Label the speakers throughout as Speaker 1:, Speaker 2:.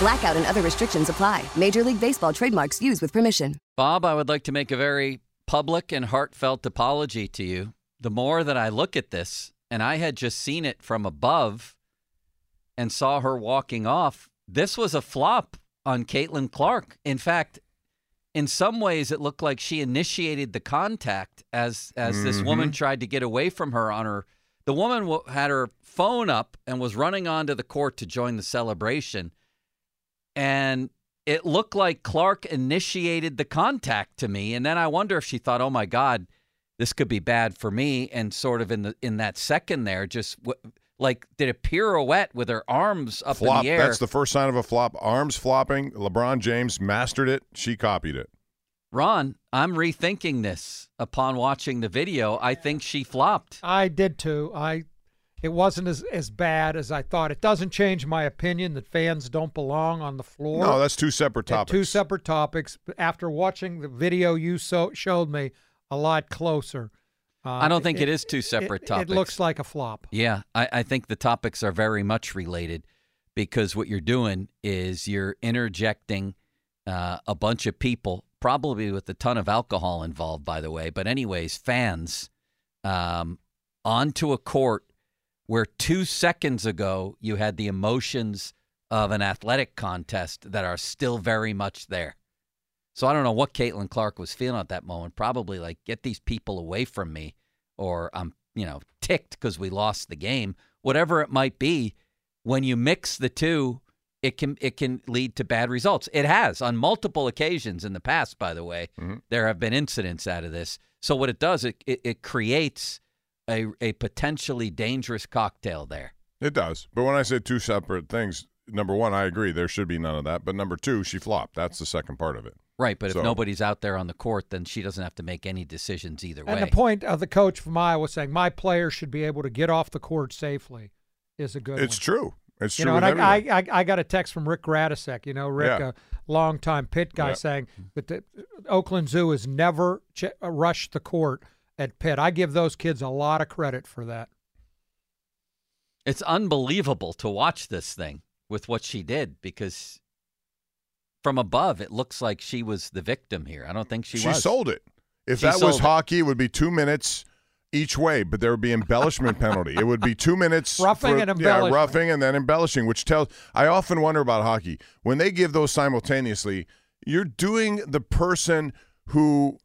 Speaker 1: Blackout and other restrictions apply. Major League Baseball trademarks used with permission.
Speaker 2: Bob, I would like to make a very public and heartfelt apology to you. The more that I look at this, and I had just seen it from above and saw her walking off, this was a flop on Caitlin Clark. In fact, in some ways, it looked like she initiated the contact as as this
Speaker 3: Mm-hmm.
Speaker 2: woman tried to get away from her on her. The woman w- had her phone up and was running onto the court to join the celebration and it looked like Clark initiated the contact to me, and then I wonder if she thought, "Oh my God, this could be bad for me," and sort of in the in that second there, just w- like did a pirouette with her arms up
Speaker 3: flop.
Speaker 2: in the air.
Speaker 3: That's the first sign of a flop. Arms flopping. LeBron James mastered it. She copied it.
Speaker 2: Ron, I'm rethinking this upon watching the video. I think she flopped.
Speaker 4: I did too. I it wasn't as, as bad as I thought. It doesn't change my opinion that fans don't belong on the floor.
Speaker 3: no, that's two separate
Speaker 4: They're
Speaker 3: topics.
Speaker 4: Two separate topics. But After watching the video you so, showed me a lot closer. Uh,
Speaker 2: I don't think it is two separate
Speaker 4: it-
Speaker 2: topics.
Speaker 4: It looks like a flop.
Speaker 2: Yeah, I, I think the topics are very much related because what you're doing is you're interjecting uh, a bunch of people, probably with a ton of alcohol involved, by the way, but, anyways, fans um, onto a court where two seconds ago you had the emotions of an athletic contest that are still very much there. So I don't know what Caitlin Clark was feeling at that moment. Probably like, get these people away from me, or I'm, you know, ticked because we lost the game. Whatever it might be, when you mix the two, it can it can lead to bad results. It has on multiple occasions in the past. By the way,
Speaker 4: Mm-hmm.
Speaker 2: there have been incidents out of this. So what it does, it it, it creates a a potentially dangerous cocktail there.
Speaker 3: It does. But when I said two separate things, number one, I agree there should be none of that. But number two, she flopped. That's the second part of it.
Speaker 2: Right, but if
Speaker 3: So-
Speaker 2: nobody's out there on the court, then she doesn't have to make any decisions either way.
Speaker 4: And the point of the coach from Iowa saying my players should be able to get off the court safely is a good.
Speaker 3: it's
Speaker 4: one.
Speaker 3: true. It's
Speaker 4: you
Speaker 3: true.
Speaker 4: know, and
Speaker 3: with
Speaker 4: I,
Speaker 3: everything.
Speaker 4: I, I I got a text from Rick Radisek, you know, Rick,
Speaker 3: Yeah.
Speaker 4: a longtime pit guy,
Speaker 3: Yeah.
Speaker 4: saying that the Oakland Zoo has never ch- rushed the court at Pitt. I give those kids a lot of credit for that.
Speaker 2: It's unbelievable to watch this thing with what she did because from above it looks like she was the victim here. I don't think she, was.
Speaker 3: sold it. If
Speaker 2: She
Speaker 3: that
Speaker 2: sold
Speaker 3: was
Speaker 2: it.
Speaker 3: hockey, it would be two minutes each way, but there would be embellishment penalty. It would be two minutes
Speaker 4: Roughing and embellishment.
Speaker 3: Yeah, roughing and then embellishing, which tells. I often wonder about hockey when they give those simultaneously. You're doing the person who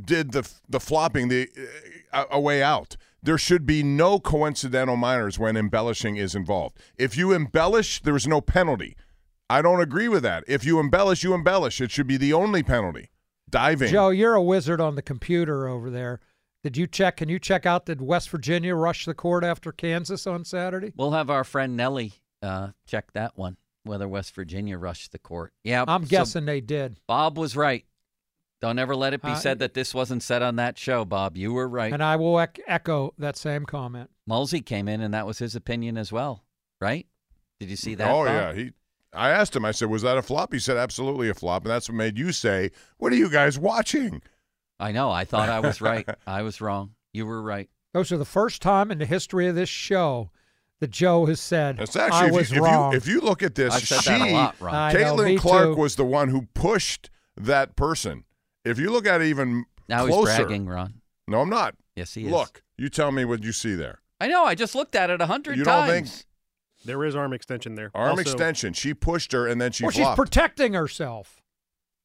Speaker 3: did the the flopping the uh, a way out. There should be no coincidental minors when embellishing is involved. If you embellish, there is no penalty. I don't agree with that. If you embellish, you embellish. It should be the only penalty. Diving.
Speaker 4: Joe, you're a wizard on the computer over there. Did you check? Can you check out? Did West Virginia rush the court after Kansas on Saturday?
Speaker 2: We'll have our friend Nelly uh, check that one whether West Virginia rushed the court. Yeah,
Speaker 4: I'm
Speaker 2: so
Speaker 4: guessing they did.
Speaker 2: Bob was right. Don't ever let it be
Speaker 4: Uh,
Speaker 2: said that this wasn't said on that show, Bob. You were right.
Speaker 4: And I will ec- echo that same comment.
Speaker 2: Mulsey came in and that was his opinion as well, right? Did you see that?
Speaker 3: oh
Speaker 2: Bob?
Speaker 3: yeah, he. I asked him. I said, "Was that a flop?" He said, "Absolutely a flop," and that's what made you say, "What are you guys watching?"
Speaker 2: I know. I thought I was right. I was wrong. You were right.
Speaker 4: Those are the first time in the history of this show that Joe has said
Speaker 3: That's
Speaker 4: I
Speaker 3: actually
Speaker 4: was
Speaker 3: if, you,
Speaker 4: wrong.
Speaker 3: if you if you look at this,
Speaker 2: I've said
Speaker 3: she
Speaker 2: that a lot, Ron.
Speaker 4: I know,
Speaker 3: Caitlin
Speaker 4: me
Speaker 3: Clark
Speaker 4: too.
Speaker 3: was the one who pushed that person. If you look at it even
Speaker 2: Now
Speaker 3: closer,
Speaker 2: he's bragging, Ron.
Speaker 3: no, I'm not.
Speaker 2: Yes, he is.
Speaker 3: Look, you tell me what you see there.
Speaker 2: I know. I just looked at it a hundred
Speaker 3: You don't
Speaker 2: times.
Speaker 3: think-
Speaker 5: There is arm extension there.
Speaker 3: Arm
Speaker 5: Also,
Speaker 3: extension. She pushed her, and then she
Speaker 4: well, she's
Speaker 3: flopped.
Speaker 4: protecting herself.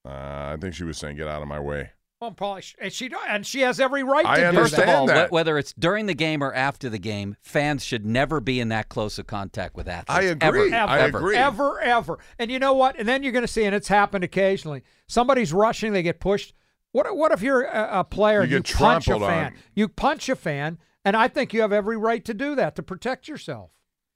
Speaker 3: uh, I think she was saying, "Get out of my way."
Speaker 4: Well, probably, sh- and she don't- and she has every right
Speaker 3: I
Speaker 4: to
Speaker 2: First of
Speaker 3: understand
Speaker 2: all, wh-
Speaker 3: that.
Speaker 2: whether it's during the game or after the game, fans should never be in that close of contact with athletes.
Speaker 3: I
Speaker 4: do
Speaker 3: agree.
Speaker 4: that.
Speaker 3: I
Speaker 4: Ever,
Speaker 3: agree.
Speaker 4: ever, ever. And you know what? And then you're going to see, and it's happened occasionally. Somebody's rushing, they get pushed. What what if you're a, a player
Speaker 3: You
Speaker 4: and
Speaker 3: get
Speaker 4: you punch a
Speaker 3: trampled
Speaker 4: fan?
Speaker 3: on.
Speaker 4: You punch a fan, and I think you have every right to do that to protect yourself.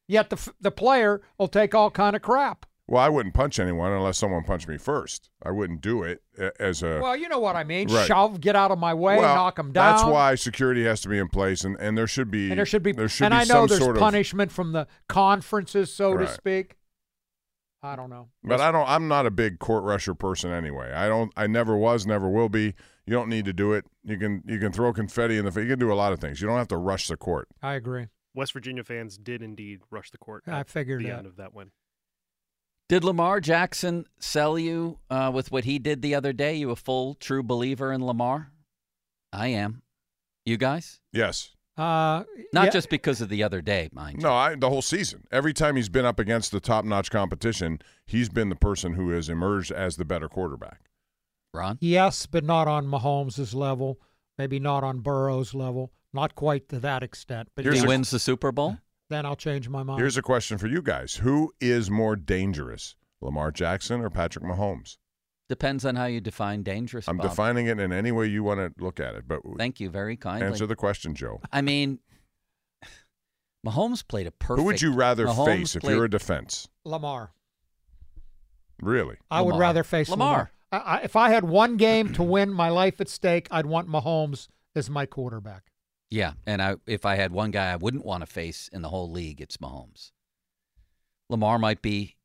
Speaker 4: Yet the f- the player will take all kind of crap.
Speaker 3: Well, I wouldn't punch anyone unless someone punched me first. I wouldn't do it a- as a.
Speaker 4: Well, you know what I mean.
Speaker 3: Right.
Speaker 4: Shove, get out of my way,
Speaker 3: Well,
Speaker 4: knock them down.
Speaker 3: That's why security has to be in place, and, and there should be
Speaker 4: And there should be,
Speaker 3: there should
Speaker 4: and
Speaker 3: be
Speaker 4: I know
Speaker 3: some
Speaker 4: there's
Speaker 3: sort of
Speaker 4: punishment from the conferences, so to
Speaker 3: Right.
Speaker 4: speak. I don't know.
Speaker 3: But I don't. I'm not a big court rusher person anyway. I don't. I never was. Never will be. You don't need to do it. You can. You can throw confetti in the. fa- You can do a lot of things. You don't have to rush the court.
Speaker 4: I agree.
Speaker 5: West Virginia fans did indeed rush the court.
Speaker 4: I
Speaker 5: at
Speaker 4: figured
Speaker 5: the
Speaker 4: that.
Speaker 5: end of that win.
Speaker 2: Did Lamar Jackson sell you uh, with what he did the other day? You a full true believer in Lamar? I am. You guys?
Speaker 3: Yes.
Speaker 4: Uh,
Speaker 2: Not
Speaker 4: yeah,
Speaker 2: just because of the other day, mind you.
Speaker 3: No. I the whole season. Every time he's been up against the top notch competition, he's been the person who has emerged as the better quarterback.
Speaker 2: Ron?
Speaker 4: yes, but not on Mahomes' level. Maybe not on Burrow's level. Not quite to that extent. But
Speaker 3: Here's
Speaker 2: he
Speaker 4: yes,
Speaker 3: a-
Speaker 2: wins the Super Bowl?
Speaker 4: then I'll change my mind.
Speaker 3: Here's a question for you guys: Who is more dangerous, Lamar Jackson or Patrick Mahomes?
Speaker 2: Depends on how you define dangerous.
Speaker 3: I'm
Speaker 2: Bob.
Speaker 3: defining it in any way you want to look at it, but
Speaker 2: Thank you very kindly.
Speaker 3: answer the question, Joe.
Speaker 2: I mean, Mahomes played a perfect.
Speaker 3: Who would you rather
Speaker 2: Mahomes
Speaker 3: face if
Speaker 2: played-
Speaker 3: you're a defense?
Speaker 4: Lamar.
Speaker 3: Really?
Speaker 4: I would
Speaker 2: Lamar.
Speaker 4: rather face Lamar.
Speaker 2: Lamar.
Speaker 4: I, I, if I had one game to win my life at stake, I'd want Mahomes as my quarterback.
Speaker 2: Yeah, and I, if I had one guy I wouldn't want to face in the whole league, it's Mahomes. Lamar might be.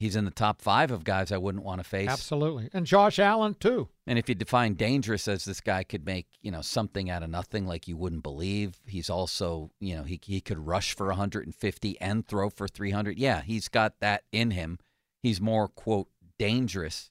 Speaker 2: He's in the top five of guys I wouldn't want to face.
Speaker 4: Absolutely. And Josh Allen, too.
Speaker 2: And if you define dangerous as this guy could make, you know, something out of nothing like you wouldn't believe, he's also, you know, he, he could rush for 150 and throw for 300. Yeah, he's got that in him. He's more, quote, dangerous.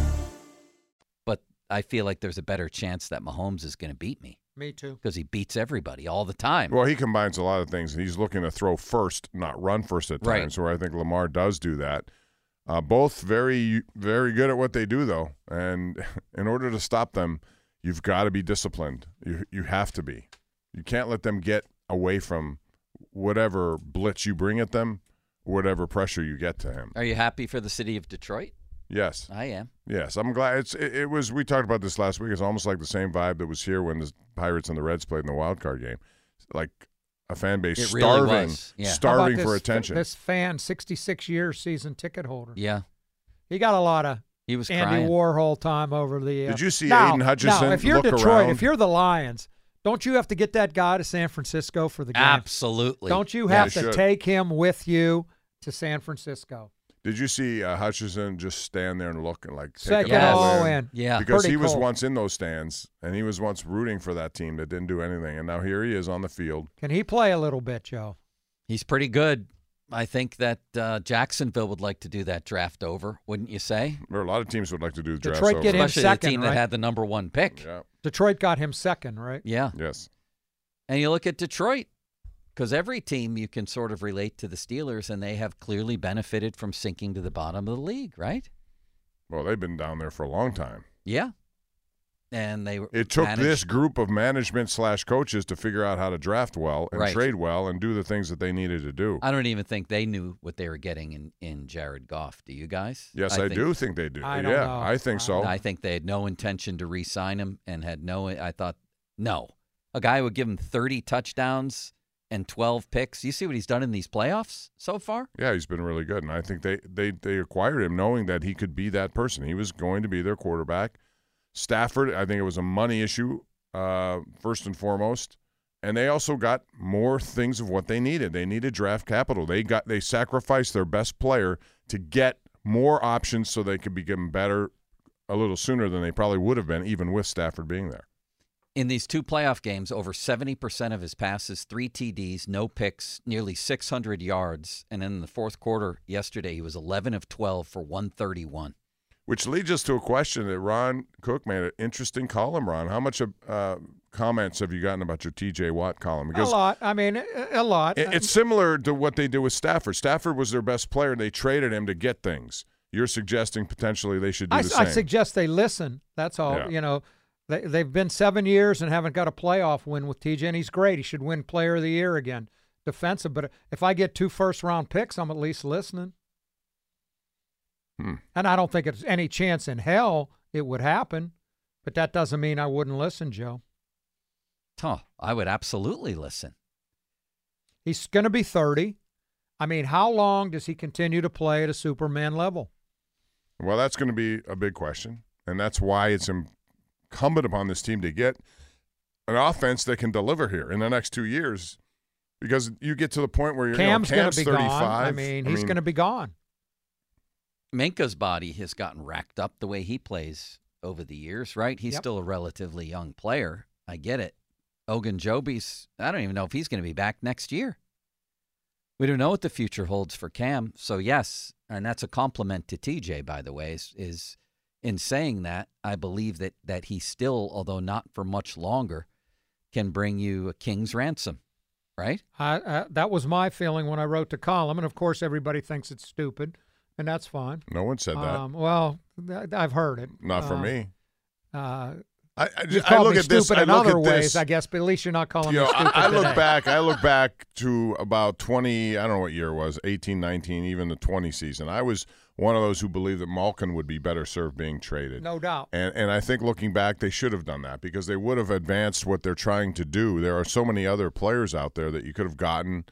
Speaker 2: But I feel like there's a better chance that Mahomes is going to beat me
Speaker 4: Me, too.
Speaker 2: because he beats everybody all the time.
Speaker 3: Well, he combines a lot of things, and he's looking to throw first, not run first at
Speaker 2: Right.
Speaker 3: times. Where I think Lamar does do that. Uh, both very, very good at what they do, though. And in order to stop them, you've got to be disciplined. You you have to be. You can't let them get away from whatever blitz you bring at them, whatever pressure you get to him.
Speaker 2: Are you happy for the city of Detroit?
Speaker 3: Yes.
Speaker 2: I am.
Speaker 3: Yes, I'm glad it's it, it was. We talked about this last week. It's almost like the same vibe that was here when the Pirates and the Reds played in the wild card game, like a fan base
Speaker 2: It really
Speaker 3: starving,
Speaker 2: was, yeah. How about
Speaker 3: starving
Speaker 4: How about
Speaker 3: for
Speaker 4: this-
Speaker 3: attention.
Speaker 4: This fan, 66 year season ticket holder.
Speaker 2: Yeah.
Speaker 4: He got a lot of
Speaker 2: He was
Speaker 4: Andy
Speaker 2: crying.
Speaker 4: Warhol time over the. Uh,
Speaker 3: Did you see
Speaker 4: now,
Speaker 3: Aiden Hutchinson
Speaker 4: Now, if you're
Speaker 3: look
Speaker 4: Detroit,
Speaker 3: around?
Speaker 4: if you're the Lions, don't you have to get that guy to San Francisco for the game?
Speaker 2: Absolutely.
Speaker 4: Don't you
Speaker 3: Yeah,
Speaker 4: have
Speaker 3: they
Speaker 4: to
Speaker 3: should.
Speaker 4: take him with you to San Francisco?
Speaker 3: Did you see uh, Hutchinson just stand there and look and like take
Speaker 4: Take
Speaker 3: it
Speaker 2: it
Speaker 3: all
Speaker 2: all
Speaker 4: in.
Speaker 2: Yeah.
Speaker 3: Because
Speaker 4: Pretty
Speaker 3: he was
Speaker 4: cool.
Speaker 3: once in those stands and he was once rooting for that team that didn't do anything, and now here he is on the field.
Speaker 4: Can he play a little bit, Joe?
Speaker 2: He's pretty good. I think that uh, Jacksonville would like to do that draft over, wouldn't you say?
Speaker 3: There are a lot of teams would like to do drafts
Speaker 4: Detroit
Speaker 3: over.
Speaker 4: get him
Speaker 2: Especially
Speaker 4: second,
Speaker 2: the team
Speaker 4: right?
Speaker 2: that had the number one pick.
Speaker 3: Yeah.
Speaker 4: Detroit got him second, right?
Speaker 2: Yeah.
Speaker 3: Yes.
Speaker 2: And you look at Detroit, because every team you can sort of relate to the Steelers, and they have clearly benefited from sinking to the bottom of the league, right?
Speaker 3: Well, they've been down there for a long time.
Speaker 2: Yeah. And they were-
Speaker 3: It took
Speaker 2: managed-
Speaker 3: this group of management slash coaches to figure out how to draft well and
Speaker 2: Right.
Speaker 3: trade well and do the things that they needed to do.
Speaker 2: I don't even think they knew what they were getting in, in Jared Goff. Do you guys?
Speaker 3: yes, I,
Speaker 2: think-
Speaker 3: do think they do.
Speaker 4: I
Speaker 3: yeah,
Speaker 4: don't know.
Speaker 3: I think so.
Speaker 2: I think they had no intention to re-sign him and had no. I thought no, a guy who would give him thirty touchdowns and twelve picks. You see what he's done in these playoffs so far.
Speaker 3: yeah, he's been really good, and I think they, they they acquired him knowing that he could be that person. He was going to be their quarterback. Stafford, I think it was a money issue uh, first and foremost, and they also got more things of what they needed. They needed draft capital. They got they sacrificed their best player to get more options so they could be given better a little sooner than they probably would have been, even with Stafford being there.
Speaker 2: In these two playoff games, over seventy percent of his passes, three TDs, no picks, nearly six hundred yards, and then in the fourth quarter yesterday, he was eleven of twelve for one thirty-one.
Speaker 3: Which leads us to a question that Ron Cook made an interesting column. Ron, how much of, uh, comments have you gotten about your T.J. Watt column?
Speaker 4: A lot. I mean, a, a lot.
Speaker 3: it- it's similar to what they did with Stafford. Stafford was their best player, and they traded him to get things. You're suggesting potentially they should do
Speaker 4: I,
Speaker 3: the
Speaker 4: I
Speaker 3: same.
Speaker 4: suggest they listen. That's all.
Speaker 3: Yeah.
Speaker 4: You know, they, they've been seven years and haven't got a playoff win with TJ, and he's great. He should win Player of the Year again, defensive. But if I get two first round picks, I'm at least listening.
Speaker 3: Hmm.
Speaker 4: And I don't think it's any chance in hell it would happen. But that doesn't mean I wouldn't listen, Joe.
Speaker 2: Huh, I would absolutely listen.
Speaker 4: He's going to be 30. I mean, how long does he continue to play at a Superman level?
Speaker 3: Well, that's going to be a big question, and that's why it's incumbent upon this team to get an offense that can deliver here in the next two years, because you get to the point where you're
Speaker 4: Cam's
Speaker 3: you know,
Speaker 4: going
Speaker 3: Cam's
Speaker 4: to be
Speaker 3: 35.
Speaker 4: gone. I mean, he's going to be gone.
Speaker 2: Minka's body has gotten racked up the way he plays over the years, right? He's
Speaker 4: Yep.
Speaker 2: still a relatively young player. I get it. Ogunjobi's, I don't even know if he's going to be back next year. We don't know what the future holds for Cam. So, yes, and that's a compliment to TJ, by the way, is, is in saying that, I believe that, that he still, although not for much longer, can bring you a king's ransom, right?
Speaker 4: I, I, that was my feeling when I wrote the column, and of course, everybody thinks it's stupid, and that's fine.
Speaker 3: No one said that.
Speaker 4: Um, well, th- I've heard it.
Speaker 3: Not for
Speaker 4: Uh,
Speaker 3: me.
Speaker 4: Uh,
Speaker 3: I, I,
Speaker 4: you
Speaker 3: just, I
Speaker 4: called
Speaker 3: look
Speaker 4: me
Speaker 3: at this.
Speaker 4: stupid
Speaker 3: I
Speaker 4: in
Speaker 3: look
Speaker 4: other
Speaker 3: at
Speaker 4: ways,
Speaker 3: this.
Speaker 4: I guess, but at least you're not calling
Speaker 3: you know,
Speaker 4: me stupid
Speaker 3: I, I look
Speaker 4: today.
Speaker 3: back. I look back to about 20. I don't know what year it was, 18, 19, even the 20 season. I was one of those who believed that Malkin would be better served being traded.
Speaker 4: No doubt.
Speaker 3: And and I think looking back, they should have done that because they would have advanced what they're trying to do. There are so many other players out there that you could have gotten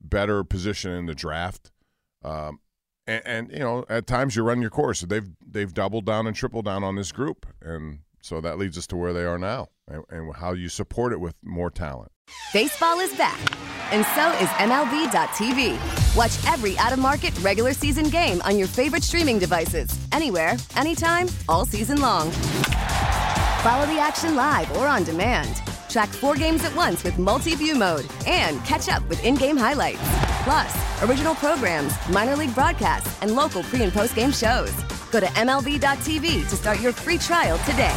Speaker 3: better position in the draft. Um, and, and you know, at times you run your course. They've they've doubled down and tripled down on this group, and so that leads us to where they are now, and, and how you support it with more talent.
Speaker 1: Baseball is back, and so is MLB.tv. Watch every out of market regular season game on your favorite streaming devices, anywhere, anytime, all season long. Follow the action live or on demand. Track four games at once with multi view mode and catch up with in game highlights. Plus, original programs, minor league broadcasts, and local pre and post game shows. Go to MLB.tv to start your free trial today.